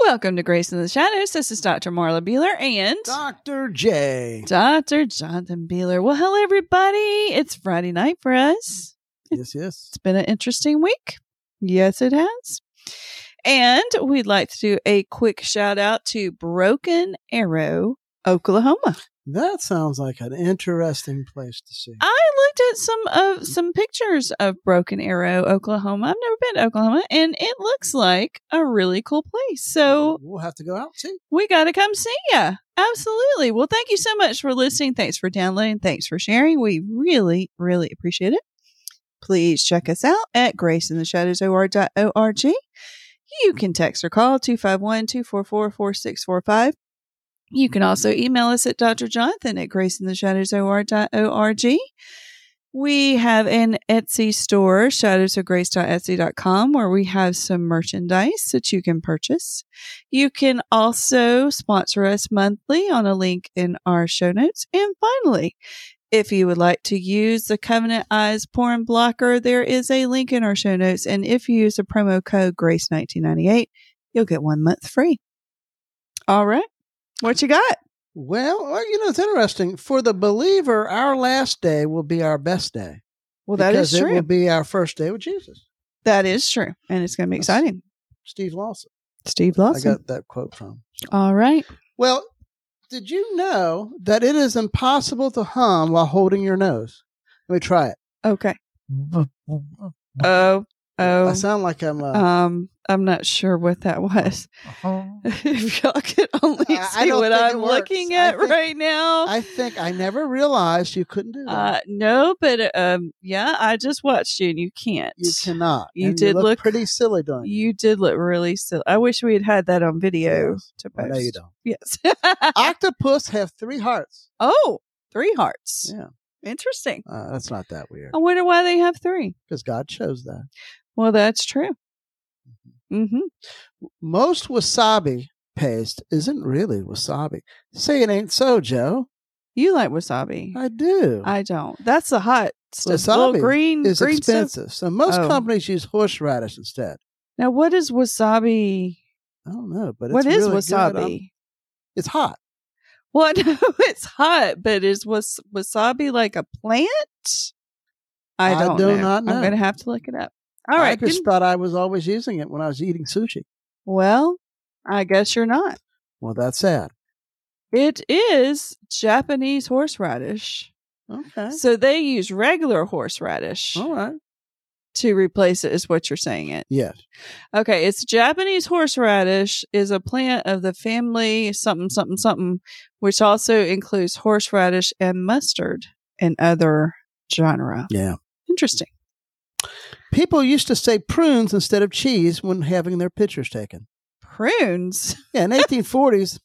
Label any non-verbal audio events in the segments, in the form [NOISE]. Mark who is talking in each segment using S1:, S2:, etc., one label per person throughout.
S1: Welcome to Grace in the Shadows. This is Dr. Marla Beeler and
S2: Dr. J.
S1: Dr. Jonathan Beeler. Well, hello, everybody. It's Friday night for us.
S2: Yes, yes.
S1: It's been an interesting week. Yes, it has. And we'd like to do a quick shout out to Broken Arrow, Oklahoma.
S2: That sounds like an interesting place to see.
S1: I looked at some of some pictures of Broken Arrow, Oklahoma. I've never been to Oklahoma, and it looks like a really cool place. So
S2: We'll have to go out too.
S1: we got to come see ya. Absolutely. Well, thank you so much for listening. Thanks for downloading. Thanks for sharing. We really, really appreciate it. Please check us out at graceintheshadowsor.org. You can text or call 251 244 4645. You can also email us at drjonathan at graceintheshadowsor.org. We have an Etsy store, shadowsofgrace.etsy.com, where we have some merchandise that you can purchase. You can also sponsor us monthly on a link in our show notes. And finally, if you would like to use the Covenant Eyes Porn Blocker, there is a link in our show notes. And if you use the promo code GRACE1998, you'll get one month free. All right. What you got?
S2: Well, well, you know, it's interesting. For the believer, our last day will be our best day.
S1: Well, that is
S2: because It
S1: true.
S2: will be our first day with Jesus.
S1: that is true. And it's going to be
S2: That's-
S1: exciting.
S2: Steve Lawson.
S1: Steve Lawson.
S2: I got that quote from.
S1: All right.
S2: Well, did you know that it is impossible to hum while holding your nose? Let me try it.
S1: Okay. Oh,
S2: I
S1: oh.
S2: sound like I'm. Uh,
S1: Um, I'm not sure what that [LAUGHS] was. [LAUGHS] Uh-huh. if y'all could only see
S2: I- I don't
S1: what
S2: think it
S1: I'm
S2: works.
S1: looking
S2: I
S1: at
S2: think-
S1: right now.
S2: I think I never realized you couldn't do that.
S1: uh, no, but um, yeah, I just watched you, and you can't.
S2: You cannot.
S1: You
S2: And
S1: did
S2: look,
S1: look-
S2: pretty silly doing it.
S1: You did look really silly. I wish we had had that on video
S2: Yes.
S1: to
S2: I
S1: post.
S2: know you don't.
S1: Yes. [LAUGHS]
S2: Octopus have three hearts.
S1: oh, three hearts.
S2: Yeah,
S1: Interesting.
S2: uh, that's not that weird
S1: I wonder why they have three.
S2: because God chose that.
S1: Well, that's true. Mm-hmm.
S2: Most wasabi paste isn't really wasabi. Say it ain't so, Joe.
S1: You like wasabi?
S2: I do.
S1: I don't. That's the hot stuff.
S2: Wasabi
S1: Little green
S2: it's
S1: green stuff.
S2: expensive, so most
S1: Oh.
S2: companies use horseradish instead.
S1: Now, what is wasabi?
S2: I don't know, but it's
S1: What is
S2: really good.
S1: wasabi?
S2: I'm- It's hot.
S1: Well, [LAUGHS] I know it's hot, but is was wasabi like a plant? I
S2: I
S1: don't
S2: do
S1: know.
S2: not know.
S1: I'm gonna have to look it up. All right.
S2: I just
S1: didn't-
S2: thought I was always using it when I was eating sushi.
S1: well, I guess you're not.
S2: Well, that's sad.
S1: It is Japanese horseradish.
S2: Okay.
S1: So they use regular horseradish
S2: All right.
S1: to replace it is what you're saying it.
S2: Yes.
S1: Okay, it's Japanese horseradish is a plant of the family something something something, which also includes horseradish and mustard and other genre.
S2: Yeah.
S1: Interesting.
S2: People used to say prunes instead of cheese when having their pictures taken.
S1: Prunes. [LAUGHS]
S2: Yeah, in 1840s,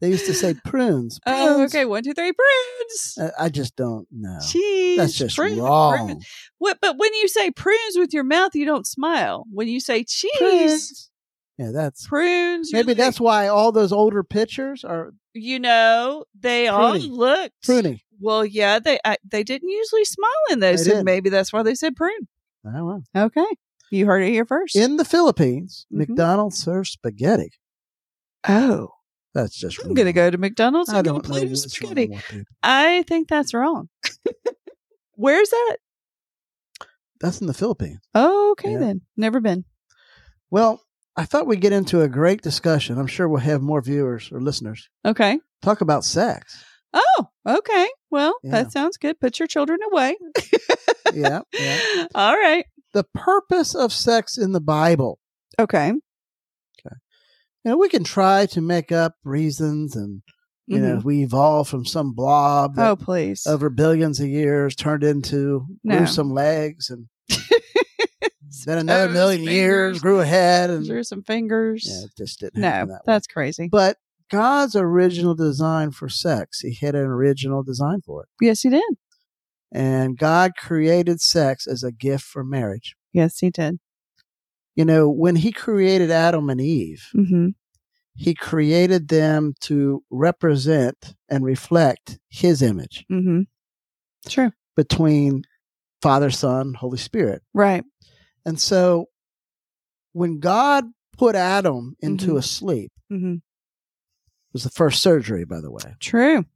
S2: they used to say prunes.
S1: Oh,
S2: prunes. uh,
S1: okay. One, two, three. Prunes.
S2: I, I just don't know.
S1: Cheese.
S2: That's just
S1: prune,
S2: wrong.
S1: prune. What, but when you say prunes with your mouth, you don't smile. When you say cheese, prunes,
S2: Prunes. Yeah, that's
S1: you're
S2: maybe that's why all those older pictures are
S1: like- you know they all
S2: Pruny.
S1: looked.
S2: pruny.
S1: Well, yeah, they I, they didn't usually smile in those, so
S2: They didn't.
S1: maybe that's why they said prune.
S2: I don't know.
S1: Okay, you heard it here first.
S2: In the Philippines,
S1: Mhm.
S2: McDonald's serves spaghetti.
S1: oh,
S2: That's just.
S1: I'm gonna
S2: wrong.
S1: go to McDonald's
S2: I
S1: and get a
S2: don't know
S1: plate of
S2: what's wrong
S1: spaghetti.
S2: with people.
S1: I think that's wrong. [LAUGHS] Where's that?
S2: That's in the Philippines.
S1: Oh, okay
S2: Yeah.
S1: then. Never been.
S2: Well, I thought we'd get into a great discussion. I'm sure we'll have more viewers or listeners
S1: Okay.
S2: talk about sex.
S1: Oh, okay. Well,
S2: Yeah.
S1: that sounds good. Put your children away.
S2: yeah,
S1: [LAUGHS]
S2: yeah.
S1: All right.
S2: the purpose of sex in the Bible.
S1: Okay.
S2: You know, we can try to make up reasons and, you know,
S1: Mhm.
S2: we evolved from some blob that
S1: oh, please.
S2: over billions of years turned into
S1: No.
S2: grew some legs
S1: [LAUGHS]
S2: and then another
S1: Toes,
S2: million years
S1: fingers.
S2: grew a head and
S1: Through some fingers.
S2: yeah, it just [LAUGHS] didn't
S1: no,
S2: happen that
S1: that's crazy.
S2: way. But God's original design for sex, he had an original design for it.
S1: yes, he did.
S2: And God created sex as a gift for marriage.
S1: Yes, he did.
S2: You know, when he created Adam and Eve,
S1: hmm
S2: he created them to represent and reflect his image
S1: hmm True.
S2: between Father, Son, Holy Spirit.
S1: Right.
S2: And so when God put Adam into
S1: Mhm.
S2: a sleep.
S1: hmm
S2: It was the first surgery, by the way.
S1: True.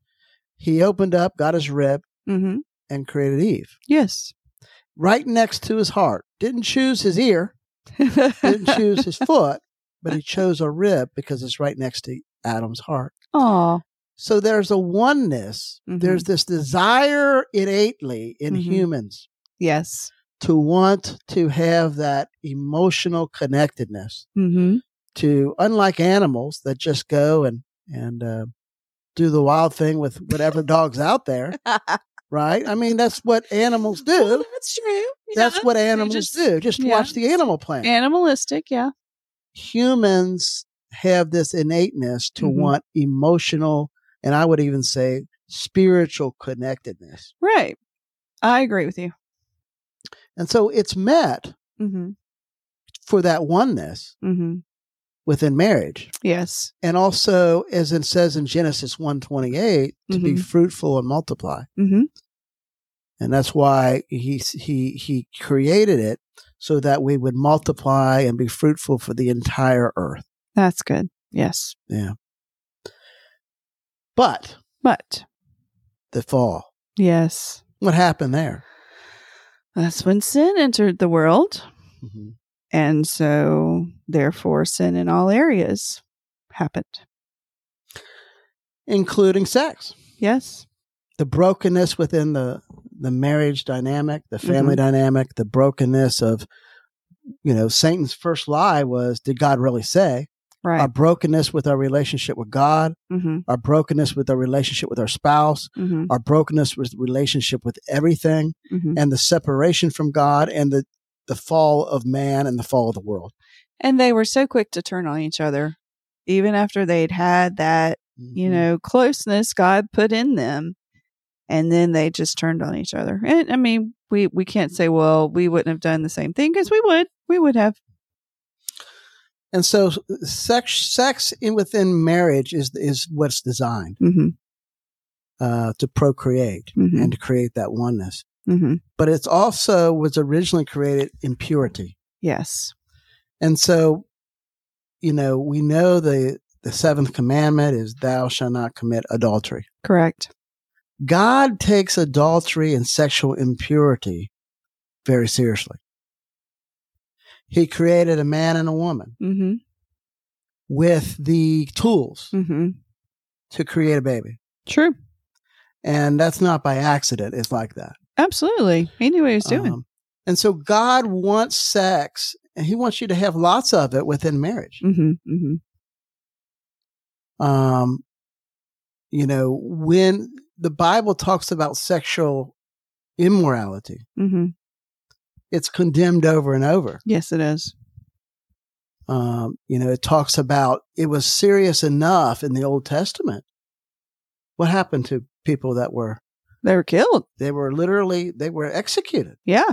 S2: He opened up, got his rib,
S1: hmm
S2: and created Eve.
S1: Yes.
S2: Right next to his heart. Didn't choose his ear, didn't choose his foot, but he chose a rib because it's right next to Adam's heart.
S1: [LAUGHS] Aw.
S2: So there's a oneness.
S1: Mhm.
S2: There's this desire innately in
S1: Mhm.
S2: humans
S1: Yes.
S2: to want to have that emotional connectedness
S1: Mm-hmm.
S2: to unlike animals that just go and and uh, do the wild thing with
S1: [LAUGHS]
S2: whatever dog's out there, right? I mean, that's what [LAUGHS] animals do.
S1: that's true.
S2: That's what animals
S1: just-
S2: do. Just
S1: yeah.
S2: watch the animal planet.
S1: animalistic. Yeah.
S2: Humans have this innateness to
S1: Mhm.
S2: want emotional and I would even say spiritual connectedness.
S1: Right. I agree with you.
S2: And so it's met
S1: Mm-hmm.
S2: for that oneness
S1: Mm-hmm.
S2: within marriage.
S1: Yes.
S2: And also as it says in Genesis 128 to be
S1: Mhm.
S2: fruitful and multiply.
S1: Mm-hmm.
S2: and that's why he he he created it so that we would multiply and be fruitful for the entire earth.
S1: That's good. Yes.
S2: Yeah. But
S1: But
S2: the fall,
S1: yes,
S2: what happened there?
S1: that's when sin entered the world.
S2: Mm-hmm.
S1: And so, therefore, sin in all areas happened.
S2: Including sex,
S1: Yes.
S2: the brokenness within the the marriage dynamic, the family dynamic, the brokenness of you know Satan's first lie was, "Did God really say?" Our
S1: Right.
S2: brokenness with our relationship with God,
S1: mm-hmm.
S2: our brokenness with our relationship with our spouse,
S1: Mm-hmm.
S2: our brokenness with relationship with everything
S1: Mm-hmm.
S2: and the separation from God and the, the fall of man and the fall of the world.
S1: And they were so quick to turn on each other, even after they'd had that, you
S2: Mm-hmm.
S1: know, closeness God put in them. And then they just turned on each other. And I mean, we, we can't say, well, we wouldn't have done the same thing because we would. We would have.
S2: And so sex, sex in within marriage is, is what's designed,
S1: Mm-hmm.
S2: uh, to procreate
S1: Mhm.
S2: and to create that oneness.
S1: Mm-hmm.
S2: But it's also was originally created in purity.
S1: Yes.
S2: And so, you know, we know the, the seventh commandment is thou shalt not commit adultery.
S1: Correct.
S2: God takes adultery and sexual impurity very seriously. He created a man and a woman
S1: Mm-hmm.
S2: with the tools
S1: Mm-hmm.
S2: to create a baby.
S1: True.
S2: And that's not by accident. It's like that.
S1: Absolutely. He knew what he was doing.
S2: Um, and so God wants sex and he wants you to have lots of it within marriage.
S1: mm-hmm. Mm-hmm.
S2: Um, you know, when the Bible talks about sexual immorality,
S1: Mm-hmm.
S2: it's condemned over and over.
S1: Yes, it is.
S2: Um, you know, it talks about it was serious enough in the Old Testament. What happened to people that were,
S1: They were killed.
S2: they were literally, they were executed.
S1: Yeah.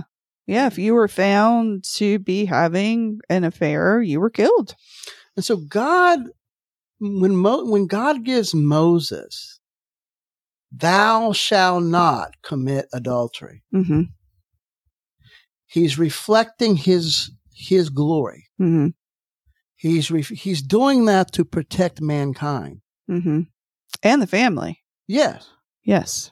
S1: Yeah. If you were found to be having an affair, you were killed.
S2: And so God, when, Mo, when God gives Moses, thou shall not commit adultery,
S1: Mm-hmm.
S2: he's reflecting his, his glory.
S1: Mm-hmm.
S2: He's, ref, he's doing that to protect mankind.
S1: Mm-hmm. And the family.
S2: Yes.
S1: Yes.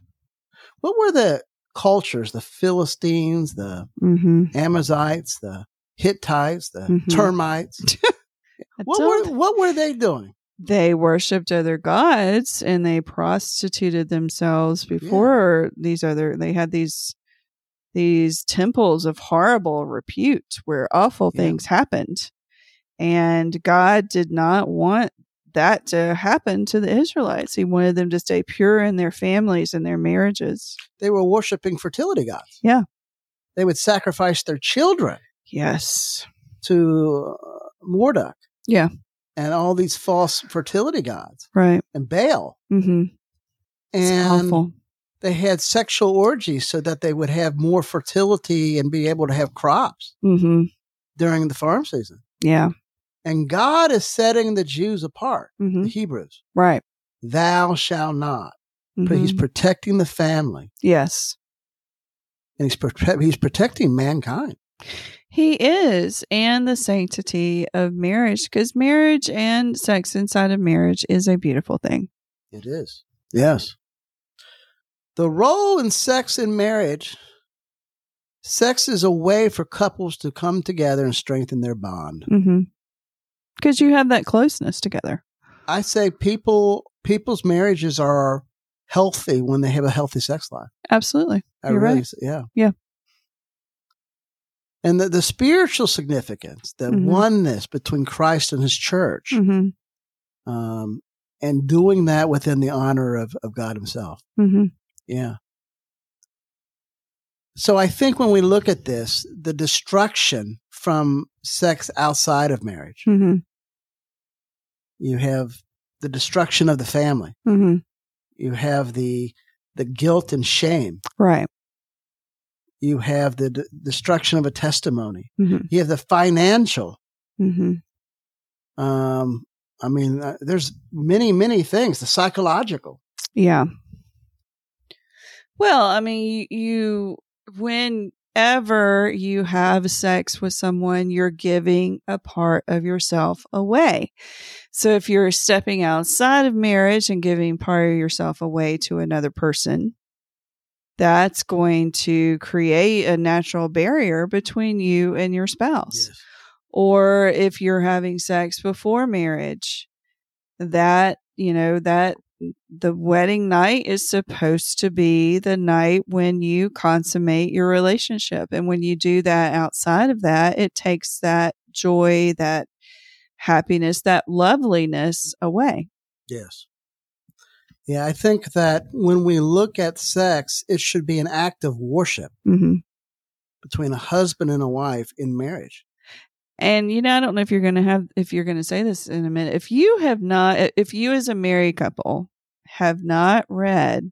S2: What were the cultures, the Philistines, the,
S1: Mm-hmm.
S2: Amazites, the Hittites, the
S1: Mhm. [LAUGHS]
S2: termites. What were what were they doing?
S1: they worshipped other gods and they prostituted themselves before these other they had these these temples of horrible repute where awful
S2: Yeah.
S1: things happened and god did not want that to happen to the israelites he wanted them to stay pure in their families and their marriages
S2: They were worshiping fertility gods.
S1: Yeah.
S2: they would sacrifice their children
S1: yes
S2: to uh, Marduk.
S1: Yeah.
S2: and all these false fertility gods
S1: right
S2: and Baal,
S1: mm-hmm it's
S2: and
S1: awful
S2: they had sexual orgies so that they would have more fertility and be able to have crops
S1: mm-hmm
S2: during the farm season.
S1: yeah
S2: And God is setting the Jews apart,
S1: mm-hmm
S2: the Hebrews.
S1: right
S2: Thou shall not. But He's
S1: Mhm.
S2: protecting the family.
S1: yes
S2: and he's prote- he's protecting mankind.
S1: He is, and the sanctity of marriage, because marriage and sex inside of marriage is a beautiful thing.
S2: It is. Yes. The role in sex in marriage sex is a way for couples to come together and strengthen their bond.
S1: Mm-hmm. Because you have that closeness together.
S2: I say people people's marriages are healthy when they have a healthy sex life.
S1: Absolutely.
S2: I
S1: You're
S2: really
S1: right.
S2: s- yeah.
S1: Yeah.
S2: And the, the spiritual significance, the
S1: Mhm.
S2: oneness between Christ and his church,
S1: hmm
S2: um, and doing that within the honor of, of God himself.
S1: hmm
S2: Yeah. So I think when we look at this, the destruction from sex outside of marriage,
S1: hmm
S2: you have the destruction of the family,
S1: hmm
S2: you have the the guilt and shame,
S1: Right.
S2: you have the d- destruction of a testimony,
S1: Mhm.
S2: you have the financial.
S1: hmm
S2: Um, I mean, uh, there's many, many things. The psychological.
S1: Yeah. Well, I mean, you, you whenever you have sex with someone, you're giving a part of yourself away. So if you're stepping outside of marriage and giving part of yourself away to another person, that's going to create a natural barrier between you and your spouse or if you're having sex before marriage that you know that mm, the wedding night is supposed to be the night when you consummate your relationship and when you do that outside of that it takes that joy that happiness that loveliness away
S2: Yes. Yeah, I think that when we look at sex, it should be an act of worship
S1: mm-hmm.
S2: between a husband and a wife in marriage.
S1: and you know i don't know if you're gonna have if you're gonna say this in a minute if you have not if you as a married couple have not read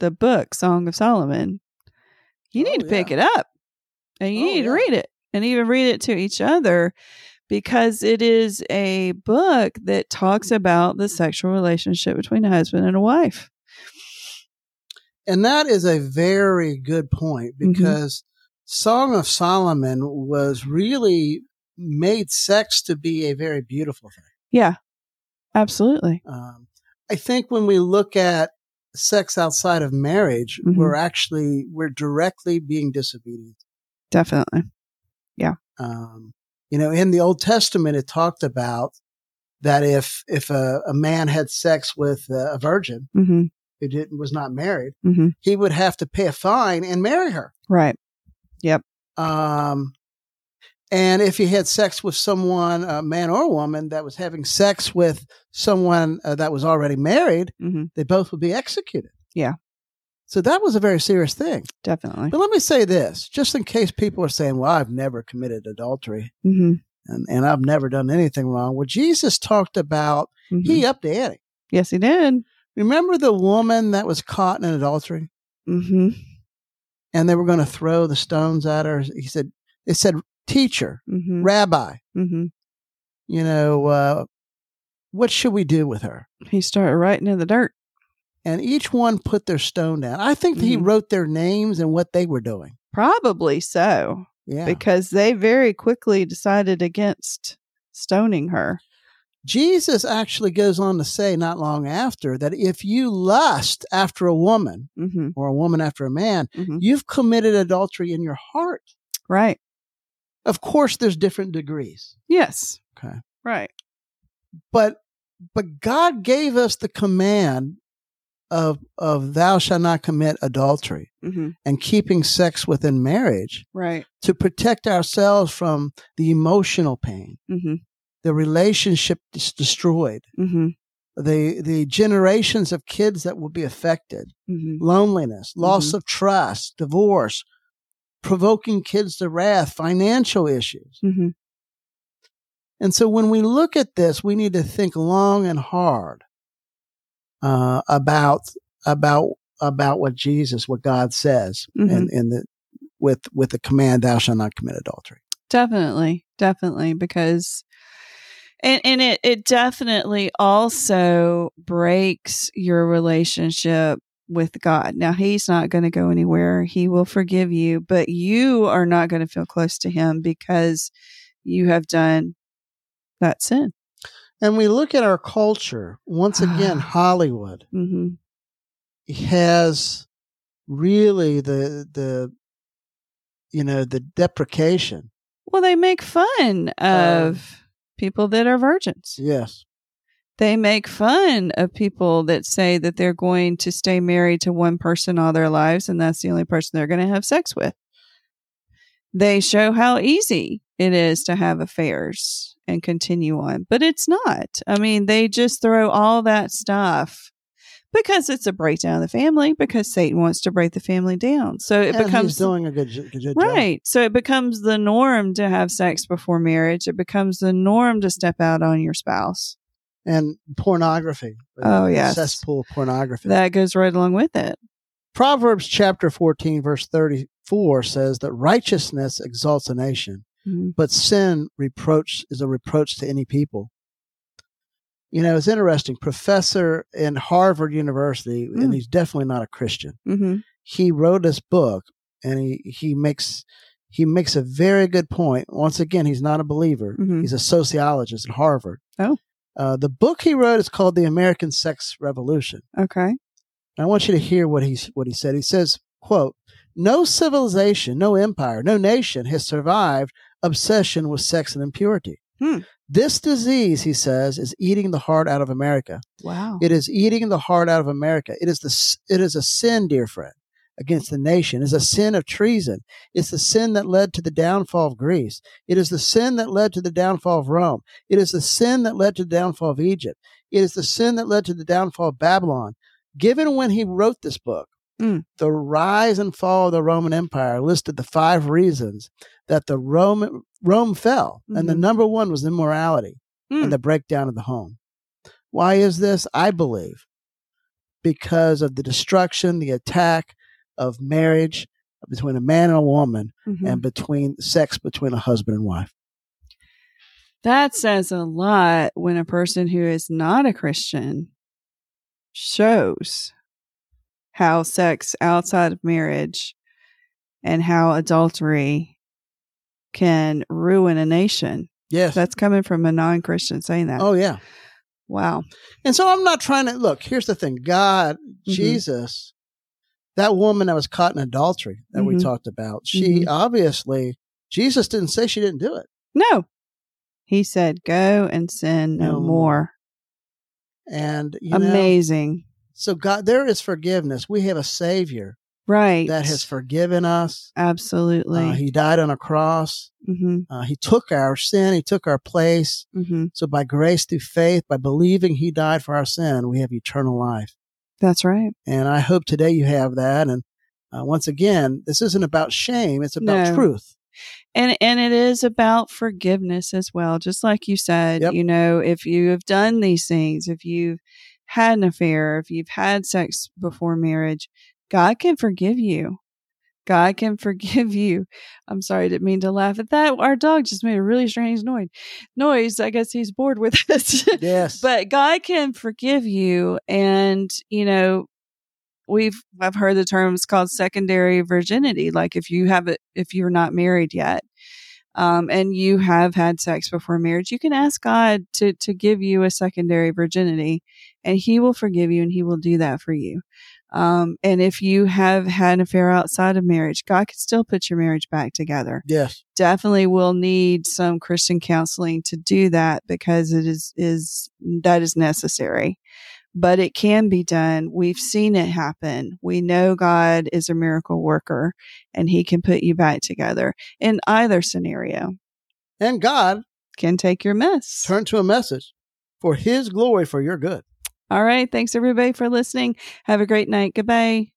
S1: the book song of solomon you
S2: Oh,
S1: need to pick
S2: yeah.
S1: it up and you
S2: Oh,
S1: need
S2: yeah.
S1: to read it and even read it to each other because it is a book that talks about the sexual relationship between a husband and a wife.
S2: And that is a very good point
S1: Mhm.
S2: because Song of Solomon was really made sex to be a very beautiful thing.
S1: Yeah, absolutely.
S2: Um, I think when we look at sex outside of marriage,
S1: Mhm.
S2: we're actually we're directly being disobedient.
S1: Definitely.
S2: Um, you know, in the Old Testament, it talked about that if if a, a man had sex with a, a virgin
S1: hmm
S2: who didn't was not married,
S1: hmm
S2: he would have to pay a fine and marry her.
S1: Right.
S2: Um, and if he had sex with someone, a man or woman, that was having sex with someone uh, that was already married,
S1: hmm
S2: they both would be executed.
S1: Yeah.
S2: So that was a very serious thing.
S1: Definitely.
S2: But let me say this, just in case people are saying, well, I've never committed adultery
S1: hmm
S2: and, and I've never done anything wrong. Well, Jesus talked about he upped the ante.
S1: Mm-hmm. yes, he did.
S2: Remember the woman that was caught in adultery
S1: hmm
S2: and they were going to throw the stones at her? He said, it said, teacher,
S1: hmm
S2: rabbi,
S1: hmm
S2: you know, uh, what should we do with her?
S1: He started writing in the dirt.
S2: And each one put their stone down. I think that he
S1: Mhm.
S2: wrote their names and what they were doing.
S1: Probably so,
S2: Yeah.
S1: because they very quickly decided against stoning her.
S2: Jesus actually goes on to say not long after that if you lust after a woman
S1: hmm
S2: or a woman after a man,
S1: hmm
S2: you've committed adultery in your heart.
S1: Right.
S2: Of course, there's different degrees.
S1: Yes.
S2: Okay.
S1: Right.
S2: But but God gave us the command of of thou shalt not commit adultery
S1: hmm
S2: and keeping sex within marriage
S1: Right.
S2: to protect ourselves from the emotional pain,
S1: hmm
S2: the relationship dis- destroyed,
S1: hmm
S2: the the generations of kids that will be affected,
S1: hmm
S2: loneliness, loss of trust, divorce, provoking kids to wrath, financial issues.
S1: hmm
S2: And so when we look at this, we need to think long and hard uh, about about about what Jesus, what God says,
S1: Mhm.
S2: and in, the with with the command, "Thou shalt not commit adultery."
S1: Definitely. Definitely. Because, and, and it, it definitely also breaks your relationship with God. Now, He's not going to go anywhere. He will forgive you, but you are not going to feel close to Him because you have done that sin.
S2: And we look at our culture, once again,
S1: Ah.
S2: Hollywood
S1: hmm
S2: has really the, the, you know, the deprecation.
S1: Well, they make fun of people that are virgins.
S2: Yes.
S1: They make fun of people that say that they're going to stay married to one person all their lives and that's the only person they're going to have sex with. They show how easy it is to have affairs and continue on, but it's not. I mean, they just throw all that stuff because it's a breakdown of the family because Satan wants to break the family down. So it
S2: and
S1: becomes
S2: he's doing a good, j- good job.
S1: Right. So it becomes the norm to have sex before marriage. It becomes the norm to step out on your spouse.
S2: And pornography. uh,
S1: Oh, yes.
S2: Cesspool pornography.
S1: That goes right along with it.
S2: Proverbs chapter 14, verse 34 says that righteousness exalts a nation,
S1: Mhm.
S2: but sin reproach is a reproach to any people. You know, it's interesting. Professor in Harvard University,
S1: Mm.
S2: and he's definitely not a Christian.
S1: Mhm.
S2: He wrote this book, and he he makes he makes a very good point. Once again, he's not a believer.
S1: Mhm.
S2: He's a sociologist at Harvard.
S1: Oh.
S2: Uh, the book he wrote is called "The American Sex Revolution."
S1: Okay.
S2: And I want you to hear what he what he said. He says, "quote No civilization, no empire, no nation has survived obsession with sex and impurity.
S1: Hmm.
S2: This disease," he says, "is eating the heart out of America.
S1: Wow.
S2: It is eating the heart out of America. It is the s- it is a sin, dear friend." Against the nation It is a sin of treason. It's the sin that led to the downfall of Greece. It is the sin that led to the downfall of Rome. It is the sin that led to the downfall of Egypt. It is the sin that led to the downfall of Babylon given when he wrote this book,
S1: Mm.
S2: the rise and fall of the Roman Empire listed the five reasons that the Roman Rome fell, and the
S1: Mhm.
S2: number one was immorality
S1: Mm.
S2: and the breakdown of the home. Why is this? I believe because of the destruction, the attack of marriage between a man and a woman,
S1: Mhm.
S2: and between sex between a husband and wife.
S1: that says a lot when a person who is not a Christian shows how sex outside of marriage and how adultery can ruin a nation.
S2: Yes.
S1: That's coming from a non Christian saying that.
S2: oh yeah.
S1: Wow.
S2: And so I'm not trying to look. Here's the thing God, Jesus, that woman that was caught in adultery that we
S1: Mhm.
S2: talked about, she
S1: Mhm.
S2: obviously, Jesus didn't say she didn't do it.
S1: No. He said, Go and sin no,
S2: No
S1: more.
S2: And, you know,
S1: Amazing.
S2: so God, there is forgiveness. We have a Savior
S1: Right.
S2: that has forgiven us.
S1: Absolutely.
S2: Uh, he died on a cross.
S1: mm-hmm,
S2: Uh, he took our sin. He took our place.
S1: mm-hmm.
S2: So by grace through faith, by believing He died for our sin, we have eternal life.
S1: That's right.
S2: And I hope today you have that. And uh, once again, this isn't about shame, it's about
S1: No. [LAUGHS]
S2: truth.
S1: And and it is about forgiveness as well. Just like you said,
S2: Yep.
S1: you know, if you have done these things, if you've had an affair, if you've had sex before marriage, God can forgive you. God can [LAUGHS] forgive you. I'm sorry, I didn't mean to laugh at that. Our dog just made a really strange noise. Noise. I guess he's bored with [LAUGHS] us.
S2: Yes.
S1: but God can forgive you and you know we've I've heard the terms called secondary virginity like if you have it if you're not married yet um, and you have had sex before marriage you can ask God to to give you a secondary virginity and he will forgive you and he will do that for you um, and if you have had an affair outside of marriage God can still put your marriage back together
S2: yes.
S1: definitely will need some Christian counseling to do that because it is is that is necessary. But it can be done. We've seen it happen. We know God is a miracle worker and he can put you back together in either scenario.
S2: And God
S1: Can take your mess.
S2: turned to a message for his glory for your good.
S1: All right. Thanks everybody for listening. Have a great night. Goodbye.